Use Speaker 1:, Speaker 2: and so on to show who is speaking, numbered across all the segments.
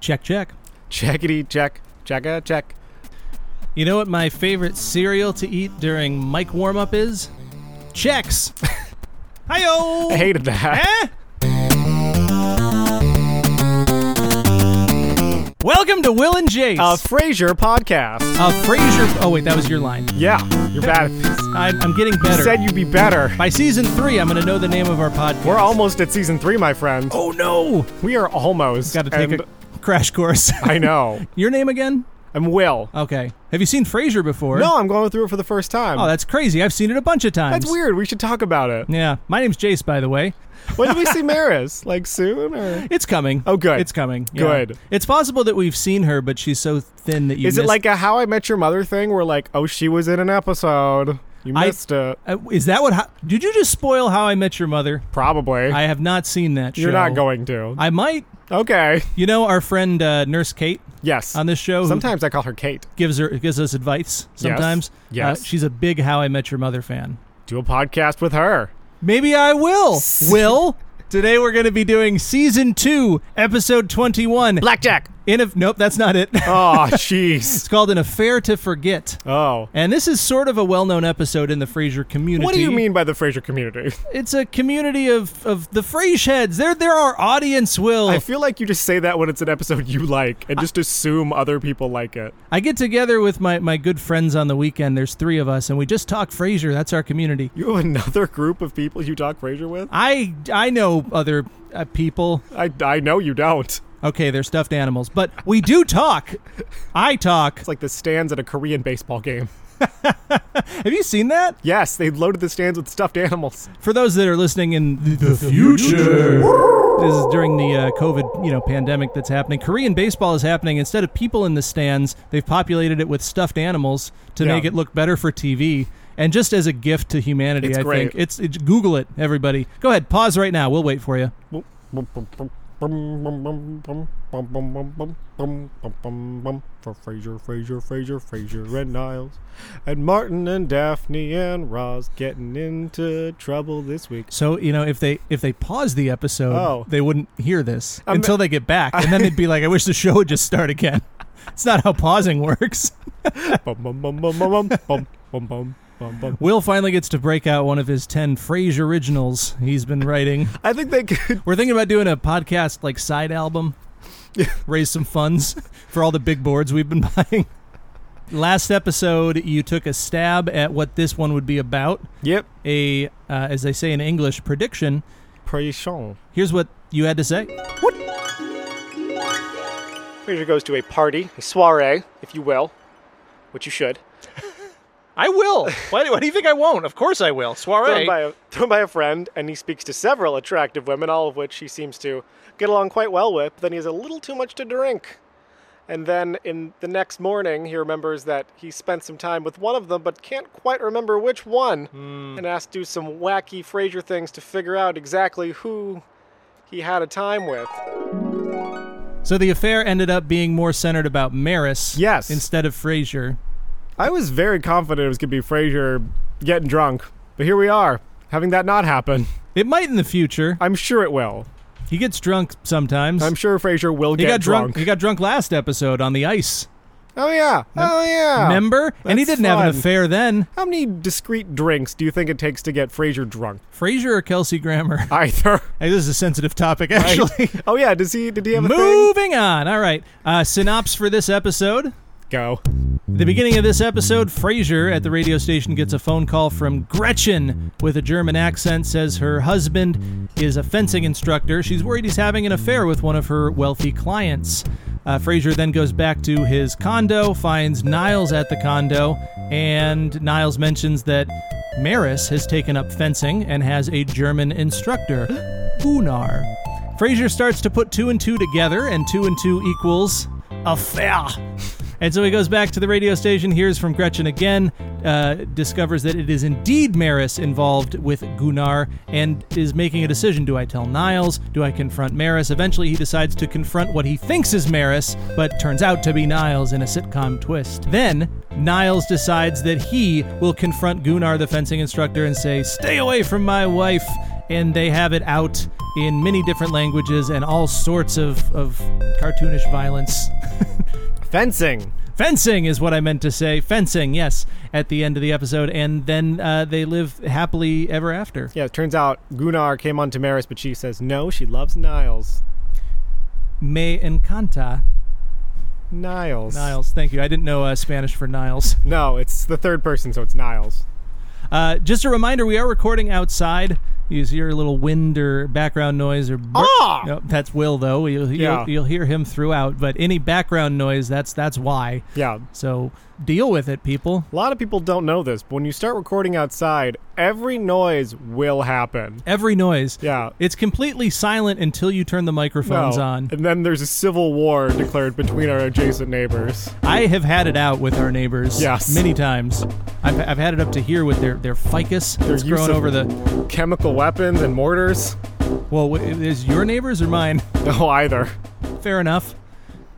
Speaker 1: Check, check.
Speaker 2: Checkity check, checka check.
Speaker 1: You know what my favorite cereal to eat during mic warm up is? Chex. Hiyo.
Speaker 2: I hated that.
Speaker 1: Eh? Welcome to Will and Jace,
Speaker 2: Uh, Frasier podcast.
Speaker 1: a Frasier. Oh wait, that was your line.
Speaker 2: Yeah, you're bad. at this.
Speaker 1: I, I'm getting better.
Speaker 2: Said you'd be better.
Speaker 1: By season three, I'm going to know the name of our podcast.
Speaker 2: We're almost at season three, my friend.
Speaker 1: Oh no!
Speaker 2: We are almost.
Speaker 1: Got to take
Speaker 2: and
Speaker 1: a crash course.
Speaker 2: I know.
Speaker 1: your name again?
Speaker 2: I'm Will.
Speaker 1: Okay. Have you seen Frasier before?
Speaker 2: No, I'm going through it for the first time.
Speaker 1: Oh, that's crazy. I've seen it a bunch of times.
Speaker 2: That's weird. We should talk about it.
Speaker 1: Yeah. My name's Jace, by the way.
Speaker 2: When do we see Maris? Like soon? Or?
Speaker 1: It's coming.
Speaker 2: Oh, good.
Speaker 1: It's coming. Yeah.
Speaker 2: Good.
Speaker 1: It's possible that we've seen her, but she's so thin that you.
Speaker 2: Is it
Speaker 1: missed-
Speaker 2: like a How I Met Your Mother thing where, like, oh, she was in an episode? You
Speaker 1: I-
Speaker 2: missed it.
Speaker 1: Uh, is that what? How- Did you just spoil How I Met Your Mother?
Speaker 2: Probably.
Speaker 1: I have not seen that. show.
Speaker 2: you're not going to.
Speaker 1: I might.
Speaker 2: okay.
Speaker 1: You know, our friend uh, Nurse Kate
Speaker 2: Yes.
Speaker 1: on this show who
Speaker 2: Sometimes I call her Kate.
Speaker 1: gives her gives us advice. Sometimes,
Speaker 2: Yes.
Speaker 1: Uh, she's a big How I Met Your Mother fan.
Speaker 2: Do a podcast with her.
Speaker 1: Maybe I will. Will. Today we're going to be doing season two, episode twenty-one.
Speaker 2: Blackjack.
Speaker 1: In a nope, that's not it.
Speaker 2: Oh, jeez.
Speaker 1: it's called an affair to forget.
Speaker 2: Oh.
Speaker 1: And this is sort of a well-known episode in the Frasier community.
Speaker 2: What do you mean by the Frasier community?
Speaker 1: It's a community of, of the Frasier heads. They're they're our audience. Will
Speaker 2: I feel like you just say that when it's an episode you like and just assume other people like it.
Speaker 1: I get together with my, my good friends on the weekend. There's three of us, and we just talk Frasier. That's our community.
Speaker 2: You have another group of people you talk Frasier with?
Speaker 1: I I know other uh, people.
Speaker 2: I, I know you don't.
Speaker 1: Okay, they're stuffed animals, but we do talk. I talk.
Speaker 2: It's like the stands at a Korean baseball game.
Speaker 1: Have you seen that?
Speaker 2: Yes, they loaded the stands with stuffed animals.
Speaker 1: For those that are listening in the, the future, this is during the uh, COVID you know pandemic that's happening. Korean baseball is happening. Instead of people in the stands, they've populated it with stuffed animals to
Speaker 2: Yeah.
Speaker 1: make it look better for TV. And just as a gift to humanity,
Speaker 2: It's
Speaker 1: I
Speaker 2: great.
Speaker 1: think it's, it's Google it, everybody. Go ahead, pause right now. We'll wait for you.
Speaker 2: For Frasier, Frasier, Frasier, Frasier and Niles, and Martin and Daphne and Roz getting into trouble this week.
Speaker 1: So you know, if they if they pause the episode,
Speaker 2: Oh.
Speaker 1: they wouldn't hear this
Speaker 2: I'm-
Speaker 1: until they get back, and then they'd be like, "I wish the show would just start again." It's not how pausing works.
Speaker 2: Bum, bum, bum, bum, bum, bum, bum, bum, bum, bum, bum.
Speaker 1: Will finally gets to break out one of his ten Frasier originals he's been writing.
Speaker 2: I think they could.
Speaker 1: We're thinking about doing a podcast like side album, raise some funds for all the big boards we've been buying. Last episode, you took a stab at what this one would be about.
Speaker 2: Yep.
Speaker 1: A, uh, as they say in English, prediction.
Speaker 2: Precision.
Speaker 1: Here's what you had to say.
Speaker 2: Frasier goes to a party, a soiree, if you will, which you should.
Speaker 1: I will. Why, do you think I won't? Of course I will.
Speaker 2: Thrown by, a, thrown by a friend, and he speaks to several attractive women, all of which he seems to get along quite well with. But then he has a little too much to drink. And then in the next morning, he remembers that he spent some time with one of them, but can't quite remember which one, and has to do some wacky Frasier things to figure out exactly who he had a time with.
Speaker 1: So the affair ended up being more centered about Maris
Speaker 2: Yes.
Speaker 1: instead of Frasier.
Speaker 2: I was very confident it was going to be Frasier getting drunk, but here we are, having that not happen.
Speaker 1: It might in the future.
Speaker 2: I'm sure it will.
Speaker 1: He gets drunk sometimes.
Speaker 2: sure Frasier will
Speaker 1: he got drunk. He got drunk last episode on the ice.
Speaker 2: Oh yeah. oh yeah.
Speaker 1: Remember? And he
Speaker 2: that's
Speaker 1: didn't have an
Speaker 2: fun.
Speaker 1: affair then.
Speaker 2: How many discrete drinks do you think it takes to get Frasier drunk?
Speaker 1: Frasier or Kelsey Grammer?
Speaker 2: Either.
Speaker 1: Hey, this is a sensitive topic, actually.
Speaker 2: oh yeah, does he did he have a thing?
Speaker 1: Moving on. All right. Uh, synopsis for this episode.
Speaker 2: Go.
Speaker 1: The beginning of this episode, Frasier at the radio station gets a phone call from Gretchen with a German accent, says her husband is a fencing instructor. She's worried he's having an affair with one of her wealthy clients. Uh, Frasier then goes back to his condo, finds Niles at the condo, and Niles mentions that Maris has taken up fencing and has a German instructor, Gunnar. Frasier starts to put two and two together, and two and two equals affair. And so he goes back to the radio station, hears from Gretchen again, uh, discovers that it is indeed Maris involved with Gunnar, and is making a decision. Do I tell Niles? Do I confront Maris? Eventually, he decides to confront what he thinks is Maris, but turns out to be Niles in a sitcom twist. Then, Niles decides that he will confront Gunnar, the fencing instructor, and say, Stay away from my wife! And they have it out in many different languages and all sorts of, of cartoonish violence.
Speaker 2: Fencing.
Speaker 1: Fencing is what I meant to say. Fencing, yes, at the end of the episode. And then uh, they live happily ever after.
Speaker 2: Yeah, it turns out Gunnar came on Damaris, but she says no, she loves Niles.
Speaker 1: Me encanta.
Speaker 2: Niles.
Speaker 1: Niles, thank you. I didn't know uh, Spanish for Niles.
Speaker 2: No, it's the third person, so it's Niles.
Speaker 1: Uh, just a reminder, we are recording outside. You hear a little wind or background noise or bur-
Speaker 2: Ah!
Speaker 1: no, that's Will though. You'll, you'll,
Speaker 2: Yeah.
Speaker 1: you'll hear him throughout, but any background noise, that's that's why.
Speaker 2: Yeah.
Speaker 1: So deal with it, people.
Speaker 2: A lot of people don't know this, but when you start recording outside, every noise will happen.
Speaker 1: Every noise,
Speaker 2: Yeah.
Speaker 1: it's completely silent until you turn the microphones
Speaker 2: No.
Speaker 1: on.
Speaker 2: And then there's a civil war declared between our adjacent neighbors.
Speaker 1: I have had it out with our neighbors
Speaker 2: Yes.
Speaker 1: many times. I've, I've had it up to here with their, their ficus that's
Speaker 2: use
Speaker 1: growing
Speaker 2: of-
Speaker 1: over the.
Speaker 2: Chemical weapons and mortars?
Speaker 1: Well, wh- is your neighbors or mine?
Speaker 2: No, either.
Speaker 1: Fair enough.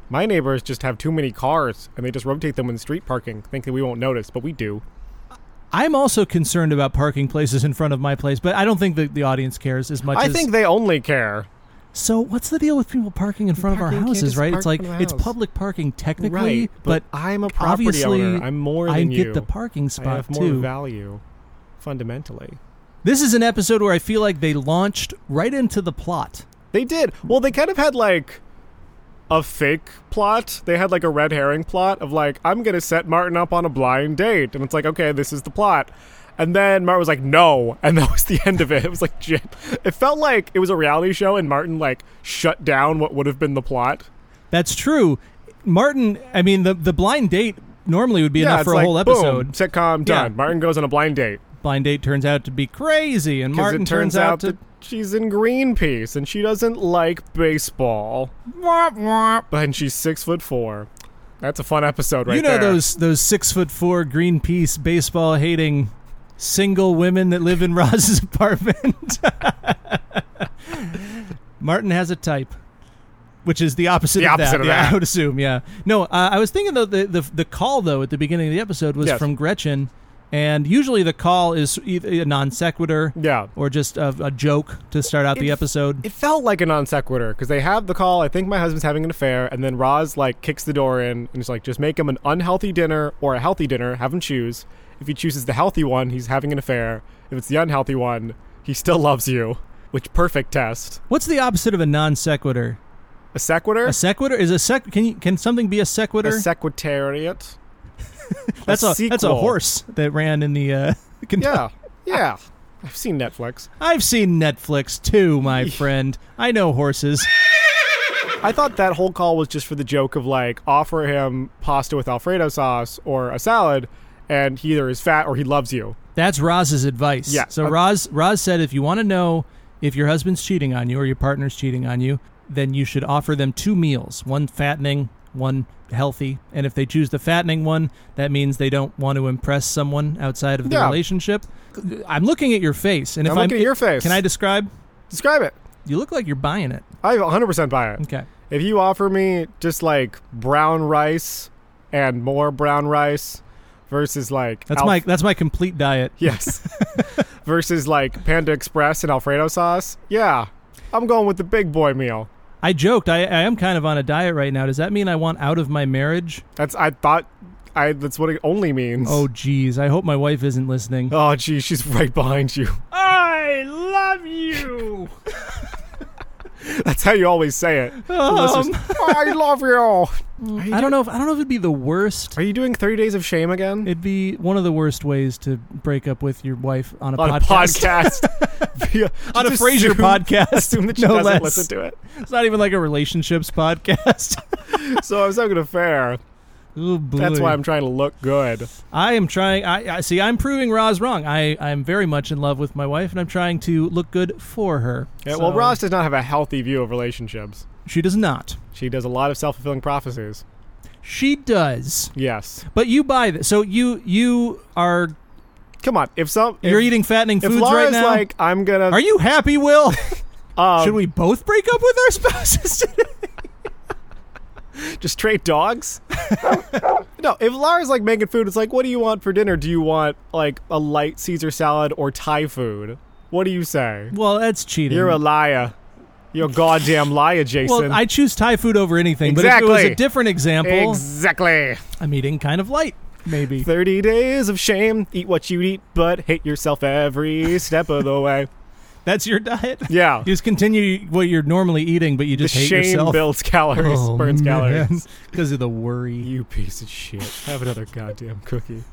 Speaker 2: My neighbors just have too many cars and they just rotate them in street parking, thinking we won't notice, but we do.
Speaker 1: I'm also concerned about parking places in front of my place, but I don't think the, the audience cares as much
Speaker 2: I
Speaker 1: as.
Speaker 2: think they only care.
Speaker 1: so, what's the deal with people parking in front
Speaker 2: Parking,
Speaker 1: of
Speaker 2: you
Speaker 1: our
Speaker 2: can't
Speaker 1: houses,
Speaker 2: just
Speaker 1: right?
Speaker 2: park
Speaker 1: It's
Speaker 2: in
Speaker 1: like
Speaker 2: front of my
Speaker 1: it's
Speaker 2: house.
Speaker 1: public parking technically,
Speaker 2: Right,
Speaker 1: but,
Speaker 2: but I'm a property
Speaker 1: obviously
Speaker 2: owner. I'm more
Speaker 1: I
Speaker 2: than
Speaker 1: get
Speaker 2: you.
Speaker 1: the parking spot
Speaker 2: I have more
Speaker 1: too.
Speaker 2: value, fundamentally.
Speaker 1: This is an episode where I feel like they launched right into the plot.
Speaker 2: They did. Well, they kind of had like a fake plot. They had like a red herring plot of like, I'm going to set Martin up on a blind date. And it's like, okay, this is the plot. And then Martin was like, no. And that was the end of it. It was like, shit. It felt like it was a reality show and Martin like shut down what would have been the plot.
Speaker 1: That's true. Martin, I mean, the, the blind date normally would be
Speaker 2: yeah,
Speaker 1: enough
Speaker 2: it's
Speaker 1: for a
Speaker 2: like,
Speaker 1: whole
Speaker 2: Boom,
Speaker 1: episode.
Speaker 2: sitcom done.
Speaker 1: Yeah.
Speaker 2: Martin goes on a blind date.
Speaker 1: Blind date turns out to be crazy, and
Speaker 2: 'Cause
Speaker 1: Martin
Speaker 2: it turns, out
Speaker 1: to.
Speaker 2: that she's in Greenpeace and she doesn't like baseball.
Speaker 1: Womp womp.
Speaker 2: And she's six foot four. That's a fun episode, right
Speaker 1: you know
Speaker 2: there.
Speaker 1: those those six foot four Greenpeace baseball hating single women that live in Roz's apartment. Martin has a type, which is the opposite.
Speaker 2: The
Speaker 1: of that.
Speaker 2: opposite of
Speaker 1: yeah,
Speaker 2: that.
Speaker 1: I would assume. Yeah. No, uh, I was thinking though the, the the call though at the beginning of the episode was
Speaker 2: Yes.
Speaker 1: from Gretchen, and usually the call is either a non sequitur
Speaker 2: Yeah.
Speaker 1: or just a, a joke to start out the
Speaker 2: It-
Speaker 1: episode.
Speaker 2: It felt like a non sequitur because they have the call. I think my husband's having an affair, and then Roz like kicks the door in and is like, "Just make him an unhealthy dinner or a healthy dinner. Have him choose. If he chooses the healthy one, he's having an affair. If it's the unhealthy one, he still loves you." Which perfect test.
Speaker 1: What's the opposite of a non sequitur?
Speaker 2: A sequitur.
Speaker 1: A sequitur is a sec. Can you, can something be a sequitur?
Speaker 2: A secretariat.
Speaker 1: That's a, that's a
Speaker 2: sequel.
Speaker 1: horse that ran in the. Uh, Kentucky-
Speaker 2: Yeah. Yeah. I've seen Netflix.
Speaker 1: I've seen Netflix too, my friend. I know horses.
Speaker 2: I thought that whole call was just for the joke of like offer him pasta with Alfredo sauce or a salad, and he either is fat or he loves you.
Speaker 1: That's Roz's advice.
Speaker 2: Yeah.
Speaker 1: So
Speaker 2: Uh,
Speaker 1: Roz Roz said if you want to know if your husband's cheating on you or your partner's cheating on you, then you should offer them two meals, one fattening, one healthy. And if they choose the fattening one, that means they don't want to impress someone outside of the
Speaker 2: Yeah.
Speaker 1: relationship. I'm looking at your face, and if
Speaker 2: I'm looking at your face.
Speaker 1: can I describe?
Speaker 2: describe it?
Speaker 1: You look like you're buying it.
Speaker 2: I 100% buy it.
Speaker 1: Okay.
Speaker 2: If you offer me just like brown rice and more brown rice versus like
Speaker 1: That's
Speaker 2: Alf-
Speaker 1: my that's my complete diet.
Speaker 2: yes versus like Panda Express and Alfredo sauce, yeah, I'm going with the big boy meal.
Speaker 1: I joked. I, I am kind of on a diet right now. Does that mean I want out of my marriage?
Speaker 2: That's I thought I that's what it only means.
Speaker 1: Oh, geez. I hope my wife isn't listening.
Speaker 2: oh, geez, she's right behind you.
Speaker 1: I love you.
Speaker 2: That's how you always say it. Unless
Speaker 1: um,
Speaker 2: there's- I love you. Are you
Speaker 1: I
Speaker 2: do-
Speaker 1: don't know. If, I don't know if it'd be the worst.
Speaker 2: Are you doing 30 Days of Shame again?
Speaker 1: It'd be one of the worst ways to break up with your wife on a
Speaker 2: on
Speaker 1: podcast.
Speaker 2: a podcast. Via-
Speaker 1: on a
Speaker 2: just
Speaker 1: Frasier
Speaker 2: assume-
Speaker 1: podcast.
Speaker 2: Assume that she
Speaker 1: no
Speaker 2: doesn't
Speaker 1: less.
Speaker 2: listen to it.
Speaker 1: It's not even like a relationships podcast.
Speaker 2: So I was having an affair.
Speaker 1: Ooh, boy.
Speaker 2: That's why I'm trying to look good.
Speaker 1: I am trying. I, I see. I'm proving Roz wrong. I I am very much in love with my wife, and I'm trying to look good for her.
Speaker 2: Yeah, well,
Speaker 1: So-
Speaker 2: Ross does not have a healthy view of relationships.
Speaker 1: She does not.
Speaker 2: She does a lot of self fulfilling prophecies.
Speaker 1: She does.
Speaker 2: Yes.
Speaker 1: But you buy this, so you you are
Speaker 2: Come on. If some, if,
Speaker 1: you're eating fattening
Speaker 2: if
Speaker 1: foods
Speaker 2: Laura's
Speaker 1: right now.
Speaker 2: like, I'm gonna.
Speaker 1: are you happy, Will?
Speaker 2: um,
Speaker 1: Should we both break up with our spouses? today?
Speaker 2: just trade dogs? no, if Lara's like making food, it's like, what do you want for dinner? Do you want like a light Caesar salad or Thai food? What do you say?
Speaker 1: well, that's cheating.
Speaker 2: You're a liar. You're a goddamn liar, Jason.
Speaker 1: Well, I choose Thai food over anything, but if it was
Speaker 2: Exactly.
Speaker 1: a different example,
Speaker 2: exactly.
Speaker 1: I'm eating kind of light, maybe.
Speaker 2: 30 days of shame. Eat what you eat, but hate yourself every step of the way.
Speaker 1: That's your diet?
Speaker 2: Yeah.
Speaker 1: You just continue what you're normally eating, but you
Speaker 2: The
Speaker 1: just hate
Speaker 2: shame
Speaker 1: yourself. Oh,
Speaker 2: builds calories, burns calories.
Speaker 1: Because of the worry.
Speaker 2: You piece of shit. Have another goddamn cookie.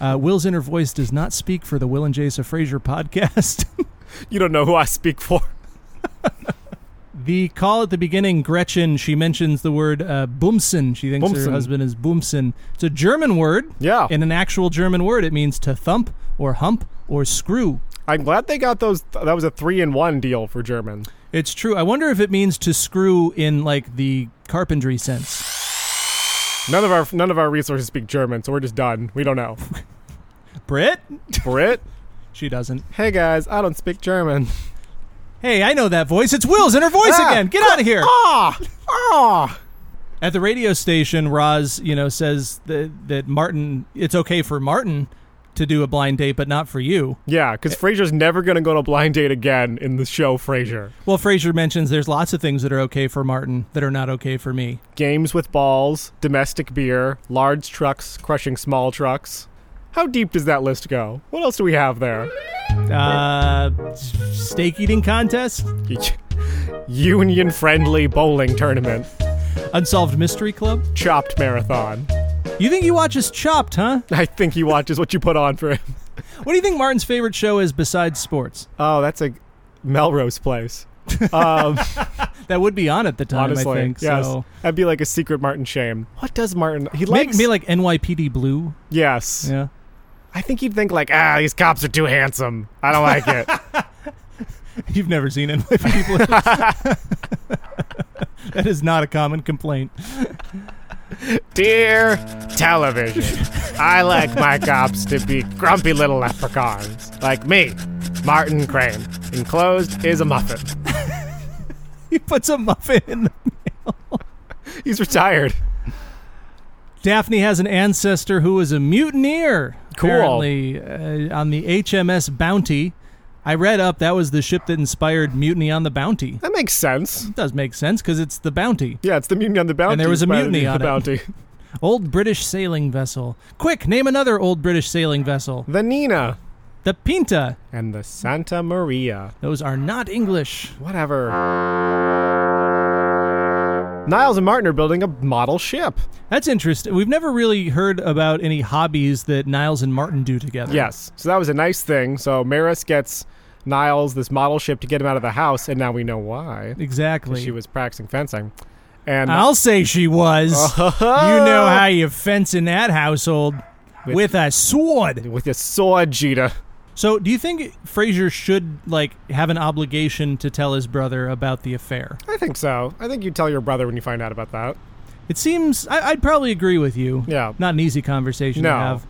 Speaker 1: Uh, Will's inner voice does not speak for the Will and Jason Fraser podcast.
Speaker 2: You don't know who I speak for.
Speaker 1: the call at the beginning, Gretchen, she mentions the word uh, Bumsen. She thinks her
Speaker 2: Bumsen.
Speaker 1: husband is Bumsen. It's a German word.
Speaker 2: Yeah.
Speaker 1: In an actual German word, it means to thump or hump or screw.
Speaker 2: I'm glad they got those. that was a three in one deal for German.
Speaker 1: It's true. I wonder if it means to screw in like the carpentry sense.
Speaker 2: None of our none of our resources speak German, so we're just done. We don't know.
Speaker 1: Brit?
Speaker 2: Brit?
Speaker 1: She doesn't.
Speaker 2: Hey guys, I don't speak German.
Speaker 1: Hey, I know that voice. It's Will's in her voice
Speaker 2: Ah,
Speaker 1: again. Get out of here.
Speaker 2: Ah, ah.
Speaker 1: At the radio station, Roz, you know, says that, that Martin, it's okay for Martin to do a blind date, but not for you.
Speaker 2: Yeah, because Frasier's never gonna go on a blind date again in the show Frasier.
Speaker 1: Well, Fraser mentions there's lots of things that are okay for Martin that are not okay for me.
Speaker 2: Games with balls, domestic beer, large trucks crushing small trucks. How deep does that list go? What else do we have there?
Speaker 1: Uh, steak eating contest,
Speaker 2: Union friendly bowling tournament,
Speaker 1: unsolved mystery club.
Speaker 2: chopped marathon.
Speaker 1: You think he watches Chopped, huh?
Speaker 2: I think he watches what you put on for him.
Speaker 1: What do you think Martin's favorite show is besides sports?
Speaker 2: Oh, that's a Melrose place. Um,
Speaker 1: That would be on at the time,
Speaker 2: honestly,
Speaker 1: I think.
Speaker 2: yes.
Speaker 1: So
Speaker 2: That'd be like a secret Martin shame. What does Martin? He
Speaker 1: make
Speaker 2: likes
Speaker 1: me like NYPD Blue.
Speaker 2: yes.
Speaker 1: Yeah.
Speaker 2: I think he'd think like, ah, these cops are too handsome. I don't like it.
Speaker 1: You've never seen NYPD Blue. that is not a common complaint.
Speaker 2: Dear television, I like my cops to be grumpy little leprechauns like me, Martin Crane. Enclosed is a muffin.
Speaker 1: He puts a muffin in. The-
Speaker 2: He's retired.
Speaker 1: Daphne has an ancestor who was a mutineer.
Speaker 2: Cool.
Speaker 1: Apparently, uh, on the HMS Bounty. I read up that was the ship that inspired Mutiny on the Bounty.
Speaker 2: That makes sense.
Speaker 1: It does make sense because it's the Bounty.
Speaker 2: Yeah, it's the mutiny on the bounty.
Speaker 1: And there was a
Speaker 2: rather
Speaker 1: mutiny
Speaker 2: than
Speaker 1: on
Speaker 2: the
Speaker 1: it.
Speaker 2: bounty.
Speaker 1: Old British sailing vessel. Quick, name another old British sailing vessel.
Speaker 2: The Nina
Speaker 1: The Pinta.
Speaker 2: and the Santa Maria.
Speaker 1: Those are not English.
Speaker 2: Whatever. Niles and Martin are building a model ship.
Speaker 1: That's interesting. We've never really heard about any hobbies that Niles and Martin do together.
Speaker 2: Yes. So that was a nice thing. So Maris gets Niles this model ship to get him out of the house, and now we know why.
Speaker 1: Exactly.
Speaker 2: She was practicing fencing. And
Speaker 1: I'll say she was.
Speaker 2: Oh.
Speaker 1: You know how you fence in that household with, a sword.
Speaker 2: with a sword, Jita.
Speaker 1: So, do you think Fraser should like have an obligation to tell his brother about the affair?
Speaker 2: I think so. I think you tell your brother when you find out about that.
Speaker 1: It seems I, I'd probably agree with you.
Speaker 2: Yeah.
Speaker 1: Not an easy conversation to
Speaker 2: No.
Speaker 1: have.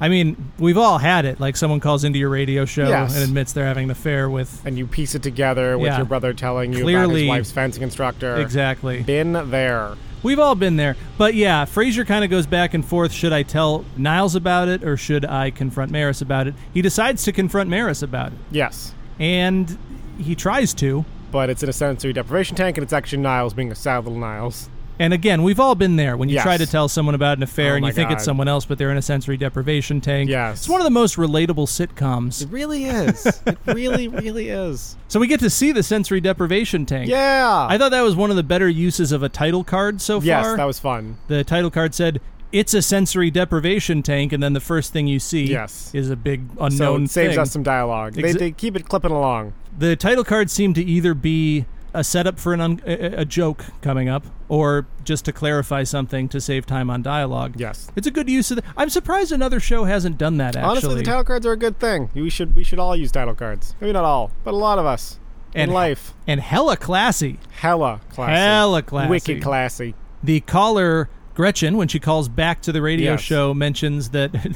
Speaker 1: I mean, we've all had it. Like someone calls into your radio show
Speaker 2: Yes.
Speaker 1: and admits they're having an affair with
Speaker 2: And you piece it together with
Speaker 1: Yeah.
Speaker 2: your brother telling you about
Speaker 1: Clearly-
Speaker 2: his wife's fencing instructor.
Speaker 1: exactly.
Speaker 2: Been there.
Speaker 1: We've all been there. But yeah, Fraser kind of goes back and forth. Should I tell Niles about it or should I confront Maris about it? He decides to confront Maris about it.
Speaker 2: Yes.
Speaker 1: And he tries to.
Speaker 2: But it's in a sensory deprivation tank, and it's actually Niles being a sad little Niles.
Speaker 1: And again, we've all been there when you
Speaker 2: Yes.
Speaker 1: try to tell someone about an affair
Speaker 2: Oh
Speaker 1: and you
Speaker 2: my
Speaker 1: think it's
Speaker 2: God.
Speaker 1: someone else, but they're in a sensory deprivation tank.
Speaker 2: Yes.
Speaker 1: It's one of the most relatable sitcoms.
Speaker 2: really is. it really, really is.
Speaker 1: So we get to see the sensory deprivation tank.
Speaker 2: Yeah.
Speaker 1: I thought that was one of the better uses of a title card so
Speaker 2: yes,
Speaker 1: far.
Speaker 2: that was fun.
Speaker 1: the title card said, It's a sensory deprivation tank, and then the first thing you see
Speaker 2: Yes.
Speaker 1: is a big
Speaker 2: So
Speaker 1: unknown
Speaker 2: it saves
Speaker 1: thing.
Speaker 2: us some dialogue. They,
Speaker 1: Exa-
Speaker 2: they keep it clipping along.
Speaker 1: the title card seemed to either be a setup for an un- a a joke coming up or just to clarify something to save time on dialogue.
Speaker 2: Yes.
Speaker 1: It's a good use of the I'm surprised another show hasn't done that actually.
Speaker 2: Honestly, the title cards are a good thing. We should we should all use title cards. Maybe not all, but a lot of us
Speaker 1: And-
Speaker 2: in life.
Speaker 1: and hella classy.
Speaker 2: Hella classy.
Speaker 1: Hella classy.
Speaker 2: Wicked classy.
Speaker 1: The caller Gretchen when she calls back to the radio
Speaker 2: Yes.
Speaker 1: show mentions that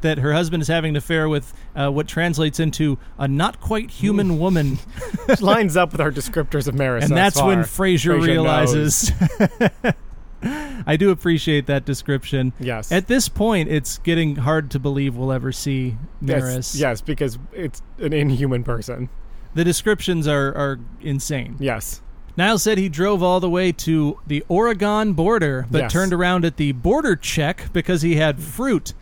Speaker 1: that her husband is having an affair with uh, what translates into a not quite human woman.
Speaker 2: It lines up with our descriptors of Maris.
Speaker 1: and
Speaker 2: thus
Speaker 1: that's when
Speaker 2: far.
Speaker 1: Frasier,
Speaker 2: Frasier knows.
Speaker 1: realizes. I do appreciate that description.
Speaker 2: Yes.
Speaker 1: At this point, it's getting hard to believe we'll ever see
Speaker 2: Yes,
Speaker 1: Maris.
Speaker 2: Yes, because it's an inhuman person.
Speaker 1: The descriptions are, are insane.
Speaker 2: Yes.
Speaker 1: Niles said he drove all the way to the Oregon border, but
Speaker 2: Yes.
Speaker 1: turned around at the border check because he had fruit.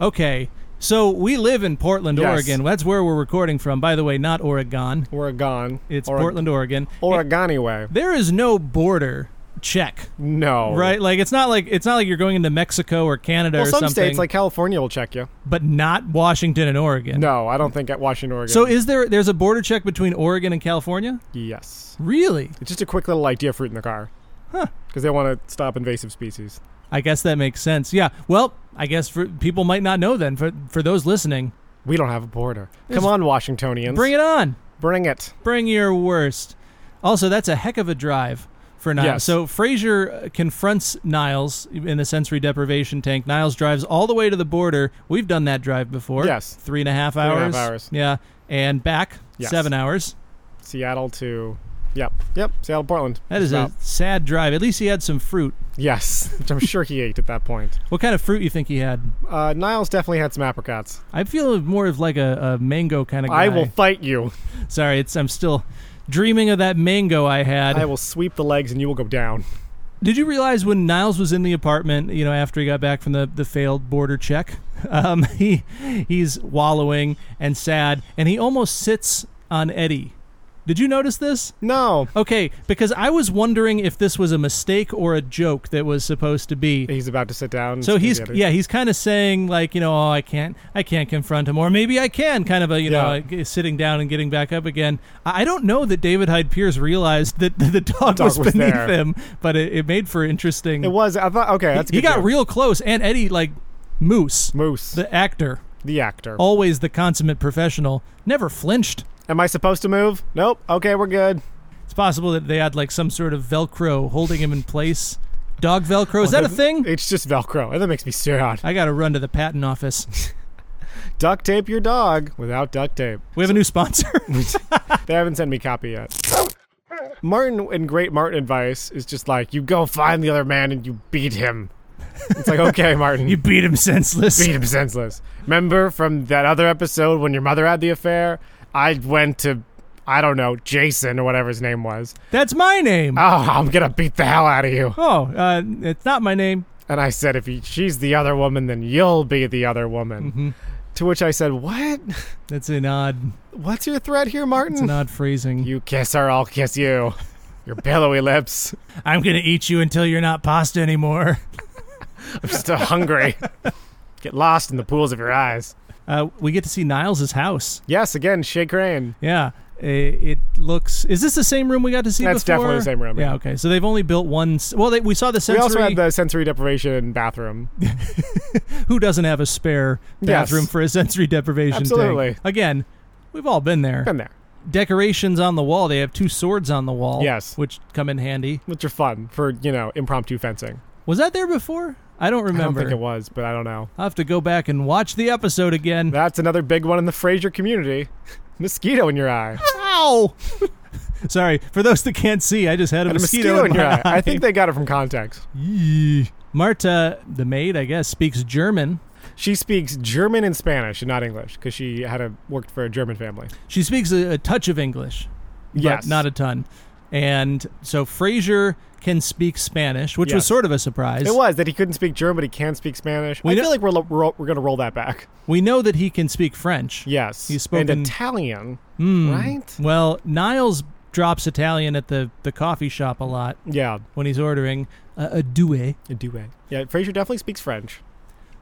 Speaker 1: Okay, so we live in Portland,
Speaker 2: Yes.
Speaker 1: Oregon. That's where we're recording from. By the way, not Oregon.
Speaker 2: Oregon.
Speaker 1: It's
Speaker 2: Ore-
Speaker 1: Portland, Oregon.
Speaker 2: Oregoni way.
Speaker 1: There is no border check,
Speaker 2: No.
Speaker 1: right? Like it's not like it's not like you're going into Mexico or Canada
Speaker 2: Oh. Well,
Speaker 1: or
Speaker 2: some
Speaker 1: something.
Speaker 2: states like California will check you.
Speaker 1: but not Washington and Oregon.
Speaker 2: No, I don't think at Washington, Oregon.
Speaker 1: So is there? There's a border check between Oregon and California.
Speaker 2: yes,
Speaker 1: Really?
Speaker 2: it's just a quick little idea fruit in the car.
Speaker 1: Huh.
Speaker 2: Because they want to stop invasive species.
Speaker 1: I guess that makes sense. Yeah. Well, I guess for people might not know then. For for those listening,
Speaker 2: We don't have a border.
Speaker 1: It's-
Speaker 2: Come on, Washingtonians.
Speaker 1: bring it on.
Speaker 2: Bring it.
Speaker 1: Bring your worst. Also, that's a heck of a drive for Niles.
Speaker 2: Yes.
Speaker 1: So Frazier uh, confronts Niles in the sensory deprivation tank. Niles drives all the way to the border. We've done that drive before.
Speaker 2: Yes.
Speaker 1: Three and a half
Speaker 2: and a
Speaker 1: hours.
Speaker 2: half hours.
Speaker 1: Yeah. And back
Speaker 2: Yes.
Speaker 1: seven hours.
Speaker 2: Seattle to. Yep. Yep. Seattle, Portland.
Speaker 1: That is
Speaker 2: Stop.
Speaker 1: a sad drive. At least he had some fruit.
Speaker 2: Yes, which I'm sure he ate at that point.
Speaker 1: What kind of fruit you think he had?
Speaker 2: Uh, Niles definitely had some apricots.
Speaker 1: I feel more of like a, a mango kind of guy.
Speaker 2: I will fight you.
Speaker 1: Sorry, it's I'm still dreaming of that mango I had.
Speaker 2: I will sweep the legs and you will go down.
Speaker 1: Did you realize when Niles was in the apartment, you know, after he got back from the, the failed border check, um, he he's wallowing and sad, and he almost sits on Eddie. Did you notice this?
Speaker 2: No.
Speaker 1: Okay, because I was wondering if this was a mistake or a joke that was supposed to be.
Speaker 2: He's about to sit down.
Speaker 1: So
Speaker 2: It's
Speaker 1: he's
Speaker 2: the other-
Speaker 1: yeah he's kind of saying like you know oh I can't I can't confront him or maybe I can kind of a you know
Speaker 2: Yeah.
Speaker 1: like, sitting down and getting back up again. I I don't know that David Hyde Pierce realized that the dog,
Speaker 2: dog
Speaker 1: was,
Speaker 2: was
Speaker 1: beneath
Speaker 2: there.
Speaker 1: him, but it, it made for interesting.
Speaker 2: It was. I thought. Okay, that's a
Speaker 1: he
Speaker 2: good
Speaker 1: got
Speaker 2: joke.
Speaker 1: real close and Eddie like Moose
Speaker 2: Moose, the,
Speaker 1: the actor
Speaker 2: actor.
Speaker 1: always the consummate professional never flinched.
Speaker 2: Am I supposed to move? Nope. Okay, we're good.
Speaker 1: It's possible that they had like some sort of Velcro holding him in place. Dog Velcro is that a thing?
Speaker 2: It's just Velcro, and that makes me sad.
Speaker 1: I got to run to the patent office.
Speaker 2: Duct tape your dog without duct tape.
Speaker 1: We have a new sponsor.
Speaker 2: They haven't sent me copy yet. Martin and great Martin advice is just like you go find the other man and you beat him. It's like okay, Martin,
Speaker 1: you beat him senseless.
Speaker 2: beat him senseless. Remember from that other episode when your mother had the affair? I went to, I don't know, Jason or whatever his name was.
Speaker 1: That's my name.
Speaker 2: Oh, I'm gonna beat the hell out of you.
Speaker 1: oh, uh, it's not my name.
Speaker 2: And I said, if he, she's the other woman, then you'll be the other woman. To which I said, what?
Speaker 1: That's an odd,
Speaker 2: What's your threat here,
Speaker 1: it's an
Speaker 2: Martin?
Speaker 1: odd phrasing.
Speaker 2: You kiss her, I'll kiss you. Your billowy lips.
Speaker 1: I'm gonna eat you until you're not pasta anymore.
Speaker 2: I'm still hungry. Get lost in the pools of your eyes.
Speaker 1: Uh, we get to see Niles' house.
Speaker 2: Yes, again, Shay Crane.
Speaker 1: Yeah, i- it, looks. Is this the same room we got to see?
Speaker 2: That's
Speaker 1: before?
Speaker 2: definitely the same room,
Speaker 1: Yeah.
Speaker 2: yeah.
Speaker 1: Okay. So they've only built one. s- Well, they, we saw the
Speaker 2: We
Speaker 1: sensory.
Speaker 2: also had the sensory deprivation bathroom.
Speaker 1: who doesn't have a spare
Speaker 2: Yes.
Speaker 1: bathroom for a sensory deprivation? tank?
Speaker 2: Absolutely.
Speaker 1: Again, we've all been there.
Speaker 2: Been there,
Speaker 1: Decorations on the wall. They have two swords on the wall.
Speaker 2: Yes.
Speaker 1: Which come in handy.
Speaker 2: which are fun for, you know, impromptu fencing.
Speaker 1: Was that there before? I don't remember.
Speaker 2: I don't think it was, but I don't know.
Speaker 1: I'll have to go back and watch the episode again.
Speaker 2: That's another big one in the Fraser community. Mosquito in your eye.
Speaker 1: Ow! Sorry, for those that can't see, I just had a,
Speaker 2: And a
Speaker 1: mosquito,
Speaker 2: mosquito in your eye.
Speaker 1: my
Speaker 2: I think they got it from context.
Speaker 1: Yee. Marta, the maid, I guess, speaks German.
Speaker 2: She speaks German and Spanish and not English because she had a, worked for a German family.
Speaker 1: She speaks a, a touch of English, but
Speaker 2: Yes.
Speaker 1: not a ton. And so Frasier can speak Spanish, which was
Speaker 2: Yes.
Speaker 1: sort of a surprise.
Speaker 2: It was that he couldn't speak German, but he can speak Spanish.
Speaker 1: We
Speaker 2: I
Speaker 1: know-
Speaker 2: feel like we're, lo- we're, we're going to roll that back.
Speaker 1: We know that he can speak French.
Speaker 2: Yes.
Speaker 1: He's spoken- Hmm.
Speaker 2: And Italian, right?
Speaker 1: Well, Niles drops Italian at the, the coffee shop a lot
Speaker 2: Yeah.
Speaker 1: when he's ordering a, a douai.
Speaker 2: A duet. Yeah, Fraser definitely speaks French.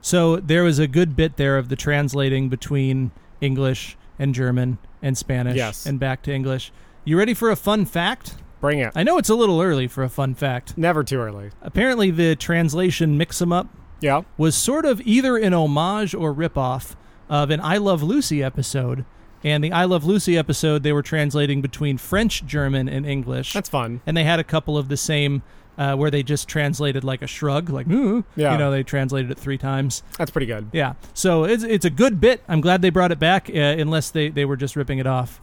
Speaker 1: So there was a good bit there of the translating between English and German and Spanish
Speaker 2: Yes.
Speaker 1: and back to English. You ready for a fun fact?
Speaker 2: Bring it.
Speaker 1: I know it's a little early for a fun fact.
Speaker 2: Never too early.
Speaker 1: Apparently, the translation mix 'em up
Speaker 2: Yeah.
Speaker 1: was sort of either an homage or ripoff of an I Love Lucy episode. And the I Love Lucy episode, they were translating between French, German, and English.
Speaker 2: That's fun.
Speaker 1: and they had a couple of the same uh, where they just translated like a shrug, like, "Ooh,"
Speaker 2: Yeah.
Speaker 1: you know, they translated it three times.
Speaker 2: That's pretty good.
Speaker 1: Yeah. So it's it's a good bit. I'm glad they brought it back, uh, unless they, they were just ripping it off.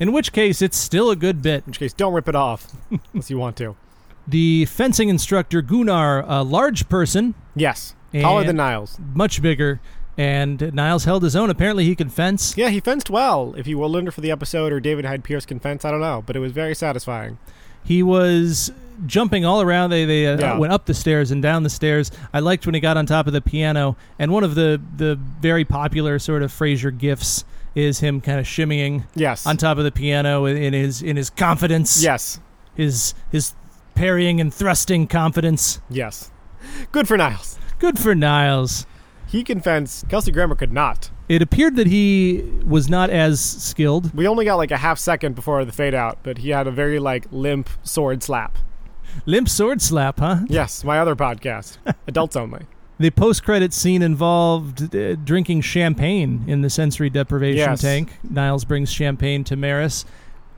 Speaker 1: In which case, it's still a good bit.
Speaker 2: In which case, don't rip it off unless you want to.
Speaker 1: The fencing instructor, Gunnar, a large person,
Speaker 2: Yes. Taller
Speaker 1: And-
Speaker 2: than Niles.
Speaker 1: much bigger, And Niles held his own. Apparently, he can fence.
Speaker 2: Yeah, he fenced well. If you were learned for the episode or David Hyde Pierce can fence, I don't know, but it was very satisfying.
Speaker 1: He was jumping all around. They they uh,
Speaker 2: Yeah.
Speaker 1: went up the stairs and down the stairs. I liked when he got on top of the piano. And one of the the very popular sort of Frasier gifs is him kind of shimmying
Speaker 2: Yes.
Speaker 1: on top of the piano in- in his in his confidence.
Speaker 2: yes.
Speaker 1: his his parrying and thrusting confidence.
Speaker 2: Yes. Good for Niles.
Speaker 1: Good for Niles.
Speaker 2: He can fence. Kelsey Grammer could not.
Speaker 1: It appeared that he was not as skilled.
Speaker 2: We only got like a half second before the fade out, but he had a very like limp sword slap.
Speaker 1: Limp sword slap, huh?
Speaker 2: Yes, my other podcast, adults only.
Speaker 1: The post credit scene involved uh, drinking champagne in the sensory deprivation
Speaker 2: Yes.
Speaker 1: tank. Niles brings champagne to Maris.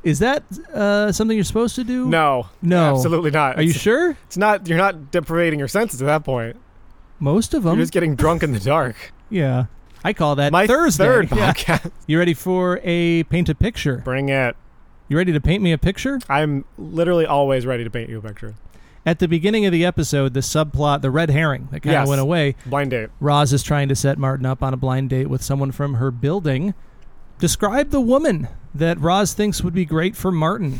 Speaker 1: Is that uh, something you're supposed to do?
Speaker 2: No,
Speaker 1: No.
Speaker 2: absolutely not.
Speaker 1: Oh. Are you
Speaker 2: It's-
Speaker 1: sure?
Speaker 2: It's not. You're not deprivating your senses at that point.
Speaker 1: Most of them.
Speaker 2: You're just getting drunk in the dark.
Speaker 1: yeah. I call that
Speaker 2: My
Speaker 1: Thursday.
Speaker 2: third
Speaker 1: Yeah.
Speaker 2: podcast.
Speaker 1: You ready for a paint a picture?
Speaker 2: Bring it.
Speaker 1: You ready to paint me a picture?
Speaker 2: I'm literally always ready to paint you a picture.
Speaker 1: At the beginning of the episode, the subplot, the red herring that kind of
Speaker 2: Yes.
Speaker 1: went away,
Speaker 2: Blind date.
Speaker 1: Roz is trying to set Martin up on a blind date with someone from her building. Describe the woman that Roz thinks would be great for Martin.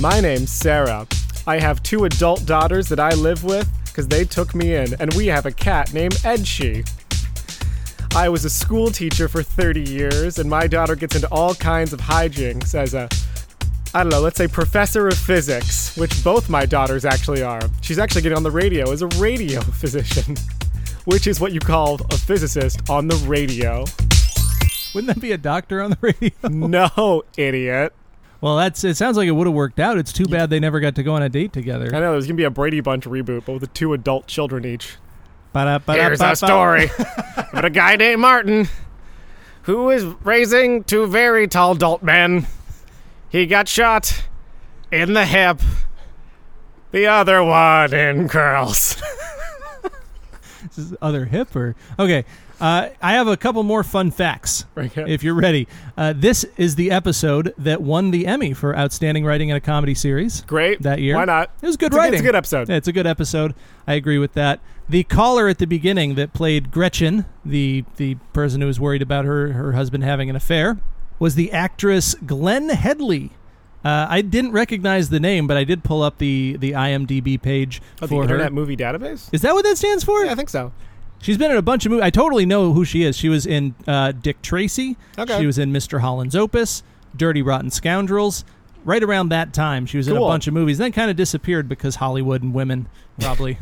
Speaker 2: My name's Sarah. I have two adult daughters that I live with because they took me in, and we have a cat named Edshi. I was a school teacher for 30 years, and my daughter gets into all kinds of hijinks as a, I don't know, let's say professor of physics, which both my daughters actually are. She's actually getting on the radio as a radio physician, which is what you call a physicist on the radio.
Speaker 1: Wouldn't that be a doctor on the radio?
Speaker 2: No, idiot.
Speaker 1: Well, that's it sounds like it would have worked out. It's too bad they never got to go on a date
Speaker 2: I
Speaker 1: together.
Speaker 2: know there's gonna be a Brady Bunch reboot, but with the two adult children each.
Speaker 1: Ba-da-ba-da-ba-ba.
Speaker 2: Here's a story about a guy named Martin who is raising two very tall adult men. He got shot in the hip, the other one in curls.
Speaker 1: This is other hip or okay. Uh, I have a couple more fun facts. If you're ready, uh, this is the episode that won the Emmy for outstanding writing in a comedy series.
Speaker 2: Great.
Speaker 1: that year.
Speaker 2: Why not?
Speaker 1: It was good
Speaker 2: It's a-
Speaker 1: writing.
Speaker 2: it's a good episode.
Speaker 1: Yeah, it's a good episode. I agree with that. The caller at the beginning that played Gretchen, the the person who was worried about her her husband having an affair, was the actress Glenn Headley. Uh, I didn't recognize the name, but I did pull up the the IMDb page
Speaker 2: Oh,
Speaker 1: for her.
Speaker 2: Movie Database?
Speaker 1: Is that what that stands for?
Speaker 2: I think so.
Speaker 1: She's been in a bunch of movies. I totally know who she is. She was in uh, Dick Tracy.
Speaker 2: Okay.
Speaker 1: She was in Mr. Holland's Opus, Dirty Rotten Scoundrels. Right around that time, she was in a
Speaker 2: Cool.
Speaker 1: bunch of movies. Then kind of disappeared because Hollywood and women, probably.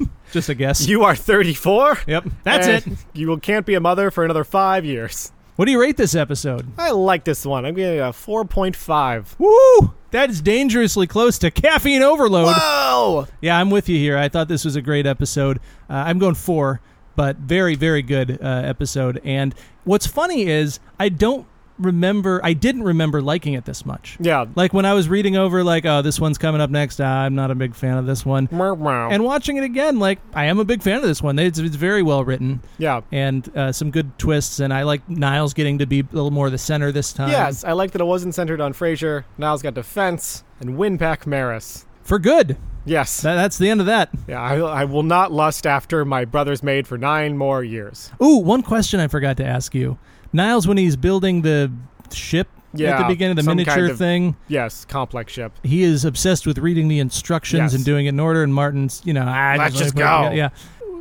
Speaker 1: Just a guess.
Speaker 2: You are 34?
Speaker 1: yep, that's it.
Speaker 2: And You will- can't be a mother for another five years.
Speaker 1: What do you rate this episode?
Speaker 2: I like this one. I'm getting a 4.5.
Speaker 1: Woo! That is dangerously close to caffeine overload.
Speaker 2: Whoa!
Speaker 1: Yeah, I'm with you here. I thought this was a great episode. Uh, I'm going four, but very, very good uh, episode. And what's funny is I don't remember, I didn't remember liking it this much.
Speaker 2: Yeah.
Speaker 1: Like when I was reading over, like, oh, this one's coming up next. ah, I'm not a big fan of this one.
Speaker 2: And
Speaker 1: And watching it again, like, I am a big fan of this one. It's, it's very well written
Speaker 2: yeah.
Speaker 1: and uh, some good twists. And I like Niles getting to be a little more the center this time.
Speaker 2: Yes, I like that it wasn't centered on Frazier. Niles got defense and Winpack Maris.
Speaker 1: For good.
Speaker 2: Yes.
Speaker 1: That, that's the end of that.
Speaker 2: yeah, I, I will not lust after my brother's maid for nine more years.
Speaker 1: Ooh, one question I forgot to ask you. Niles, when he's building the ship at the
Speaker 2: Yeah,
Speaker 1: beginning, the
Speaker 2: some
Speaker 1: miniature
Speaker 2: kind of-
Speaker 1: thing,
Speaker 2: Yes, complex ship.
Speaker 1: he is obsessed with reading the instructions
Speaker 2: Yes.
Speaker 1: and doing it in order. And Martin's, you know, "Ah, I
Speaker 2: Let's just
Speaker 1: yeah,
Speaker 2: go.
Speaker 1: Yeah.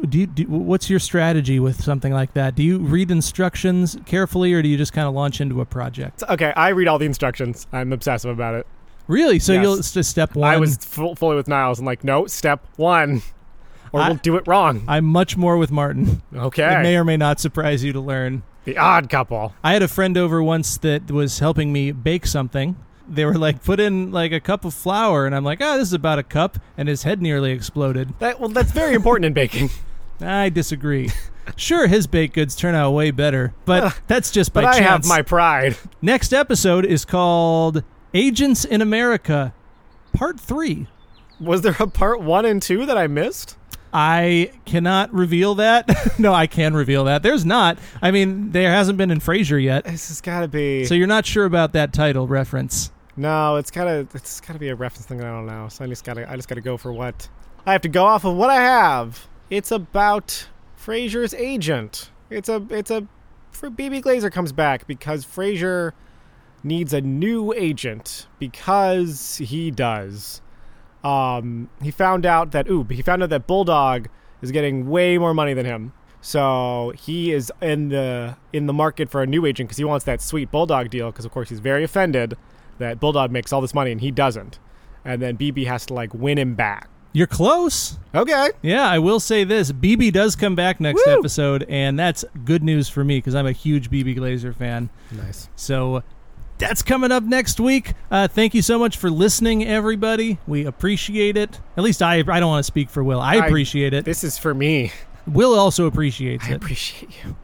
Speaker 1: Do you, do, what's your strategy with something like that? Do you read instructions carefully, or do you just kind of launch into a project?
Speaker 2: So- Okay, I read all the instructions. I'm obsessive about it.
Speaker 1: Really? So
Speaker 2: Yes.
Speaker 1: you'll it's just step one.
Speaker 2: I was full, fully with Niles and like, no, step one, or
Speaker 1: I-
Speaker 2: we'll do it wrong.
Speaker 1: I'm much more with Martin. It may
Speaker 2: Okay,
Speaker 1: or may not surprise you to learn.
Speaker 2: the odd couple.
Speaker 1: I had a friend over once that was helping me bake something. They were like, put in like a cup of flour, and I'm like, ah, this is about a cup, and his head nearly exploded.
Speaker 2: That, well, that's very important in baking.
Speaker 1: I disagree. sure, his baked goods turn out way better, but that's just by
Speaker 2: But I have
Speaker 1: chance.
Speaker 2: my pride.
Speaker 1: Next episode is called Agents in America, Part Three.
Speaker 2: Was there a part one and two that I missed?
Speaker 1: I cannot reveal that. no, I can reveal that. There's not. I mean, there hasn't been in Frasier yet,
Speaker 2: This has got to be.
Speaker 1: so you're not sure about that title reference.
Speaker 2: No, it's gotta it's gotta be a reference thing that I don't know. So I just gotta I just gotta go for what I have to go off of what I have. It's about Frasier's agent. It's a it's a for BB Glazer comes back because Frasier needs a new agent because he does. Um, he found out that ooh, he found out that Bulldog is getting way more money than him. So he is in the in the market for a new agent because he wants that sweet Bulldog deal because of course he's very offended that Bulldog makes all this money and he doesn't. And then BB has to like win him back.
Speaker 1: You're close.
Speaker 2: Okay.
Speaker 1: Yeah, I will say this: BB does come back next
Speaker 2: Woo!
Speaker 1: episode, and that's good news for me because I'm a huge BB Glazer fan.
Speaker 2: Nice.
Speaker 1: So that's coming up next week. Uh, thank you so much for listening, everybody. We appreciate it. At least I. I don't want to speak for Will. I
Speaker 2: I-
Speaker 1: appreciate it.
Speaker 2: This is for me.
Speaker 1: Will also appreciates
Speaker 2: I
Speaker 1: it.
Speaker 2: appreciate you.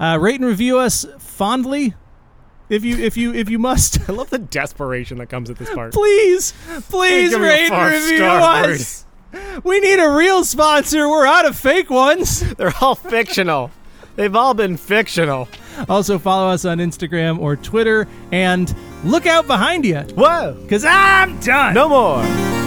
Speaker 1: Uh, rate and review us fondly, if you if you if you must.
Speaker 2: I love the desperation that comes at this part.
Speaker 1: please, please
Speaker 2: Give me a
Speaker 1: rate and review
Speaker 2: five-star
Speaker 1: us. We need a real sponsor. We're out of fake ones.
Speaker 2: They're all fictional. They've all been fictional.
Speaker 1: Also, follow us on Instagram or Twitter and look out behind you
Speaker 2: Whoa!
Speaker 1: because I'm done.
Speaker 2: No more!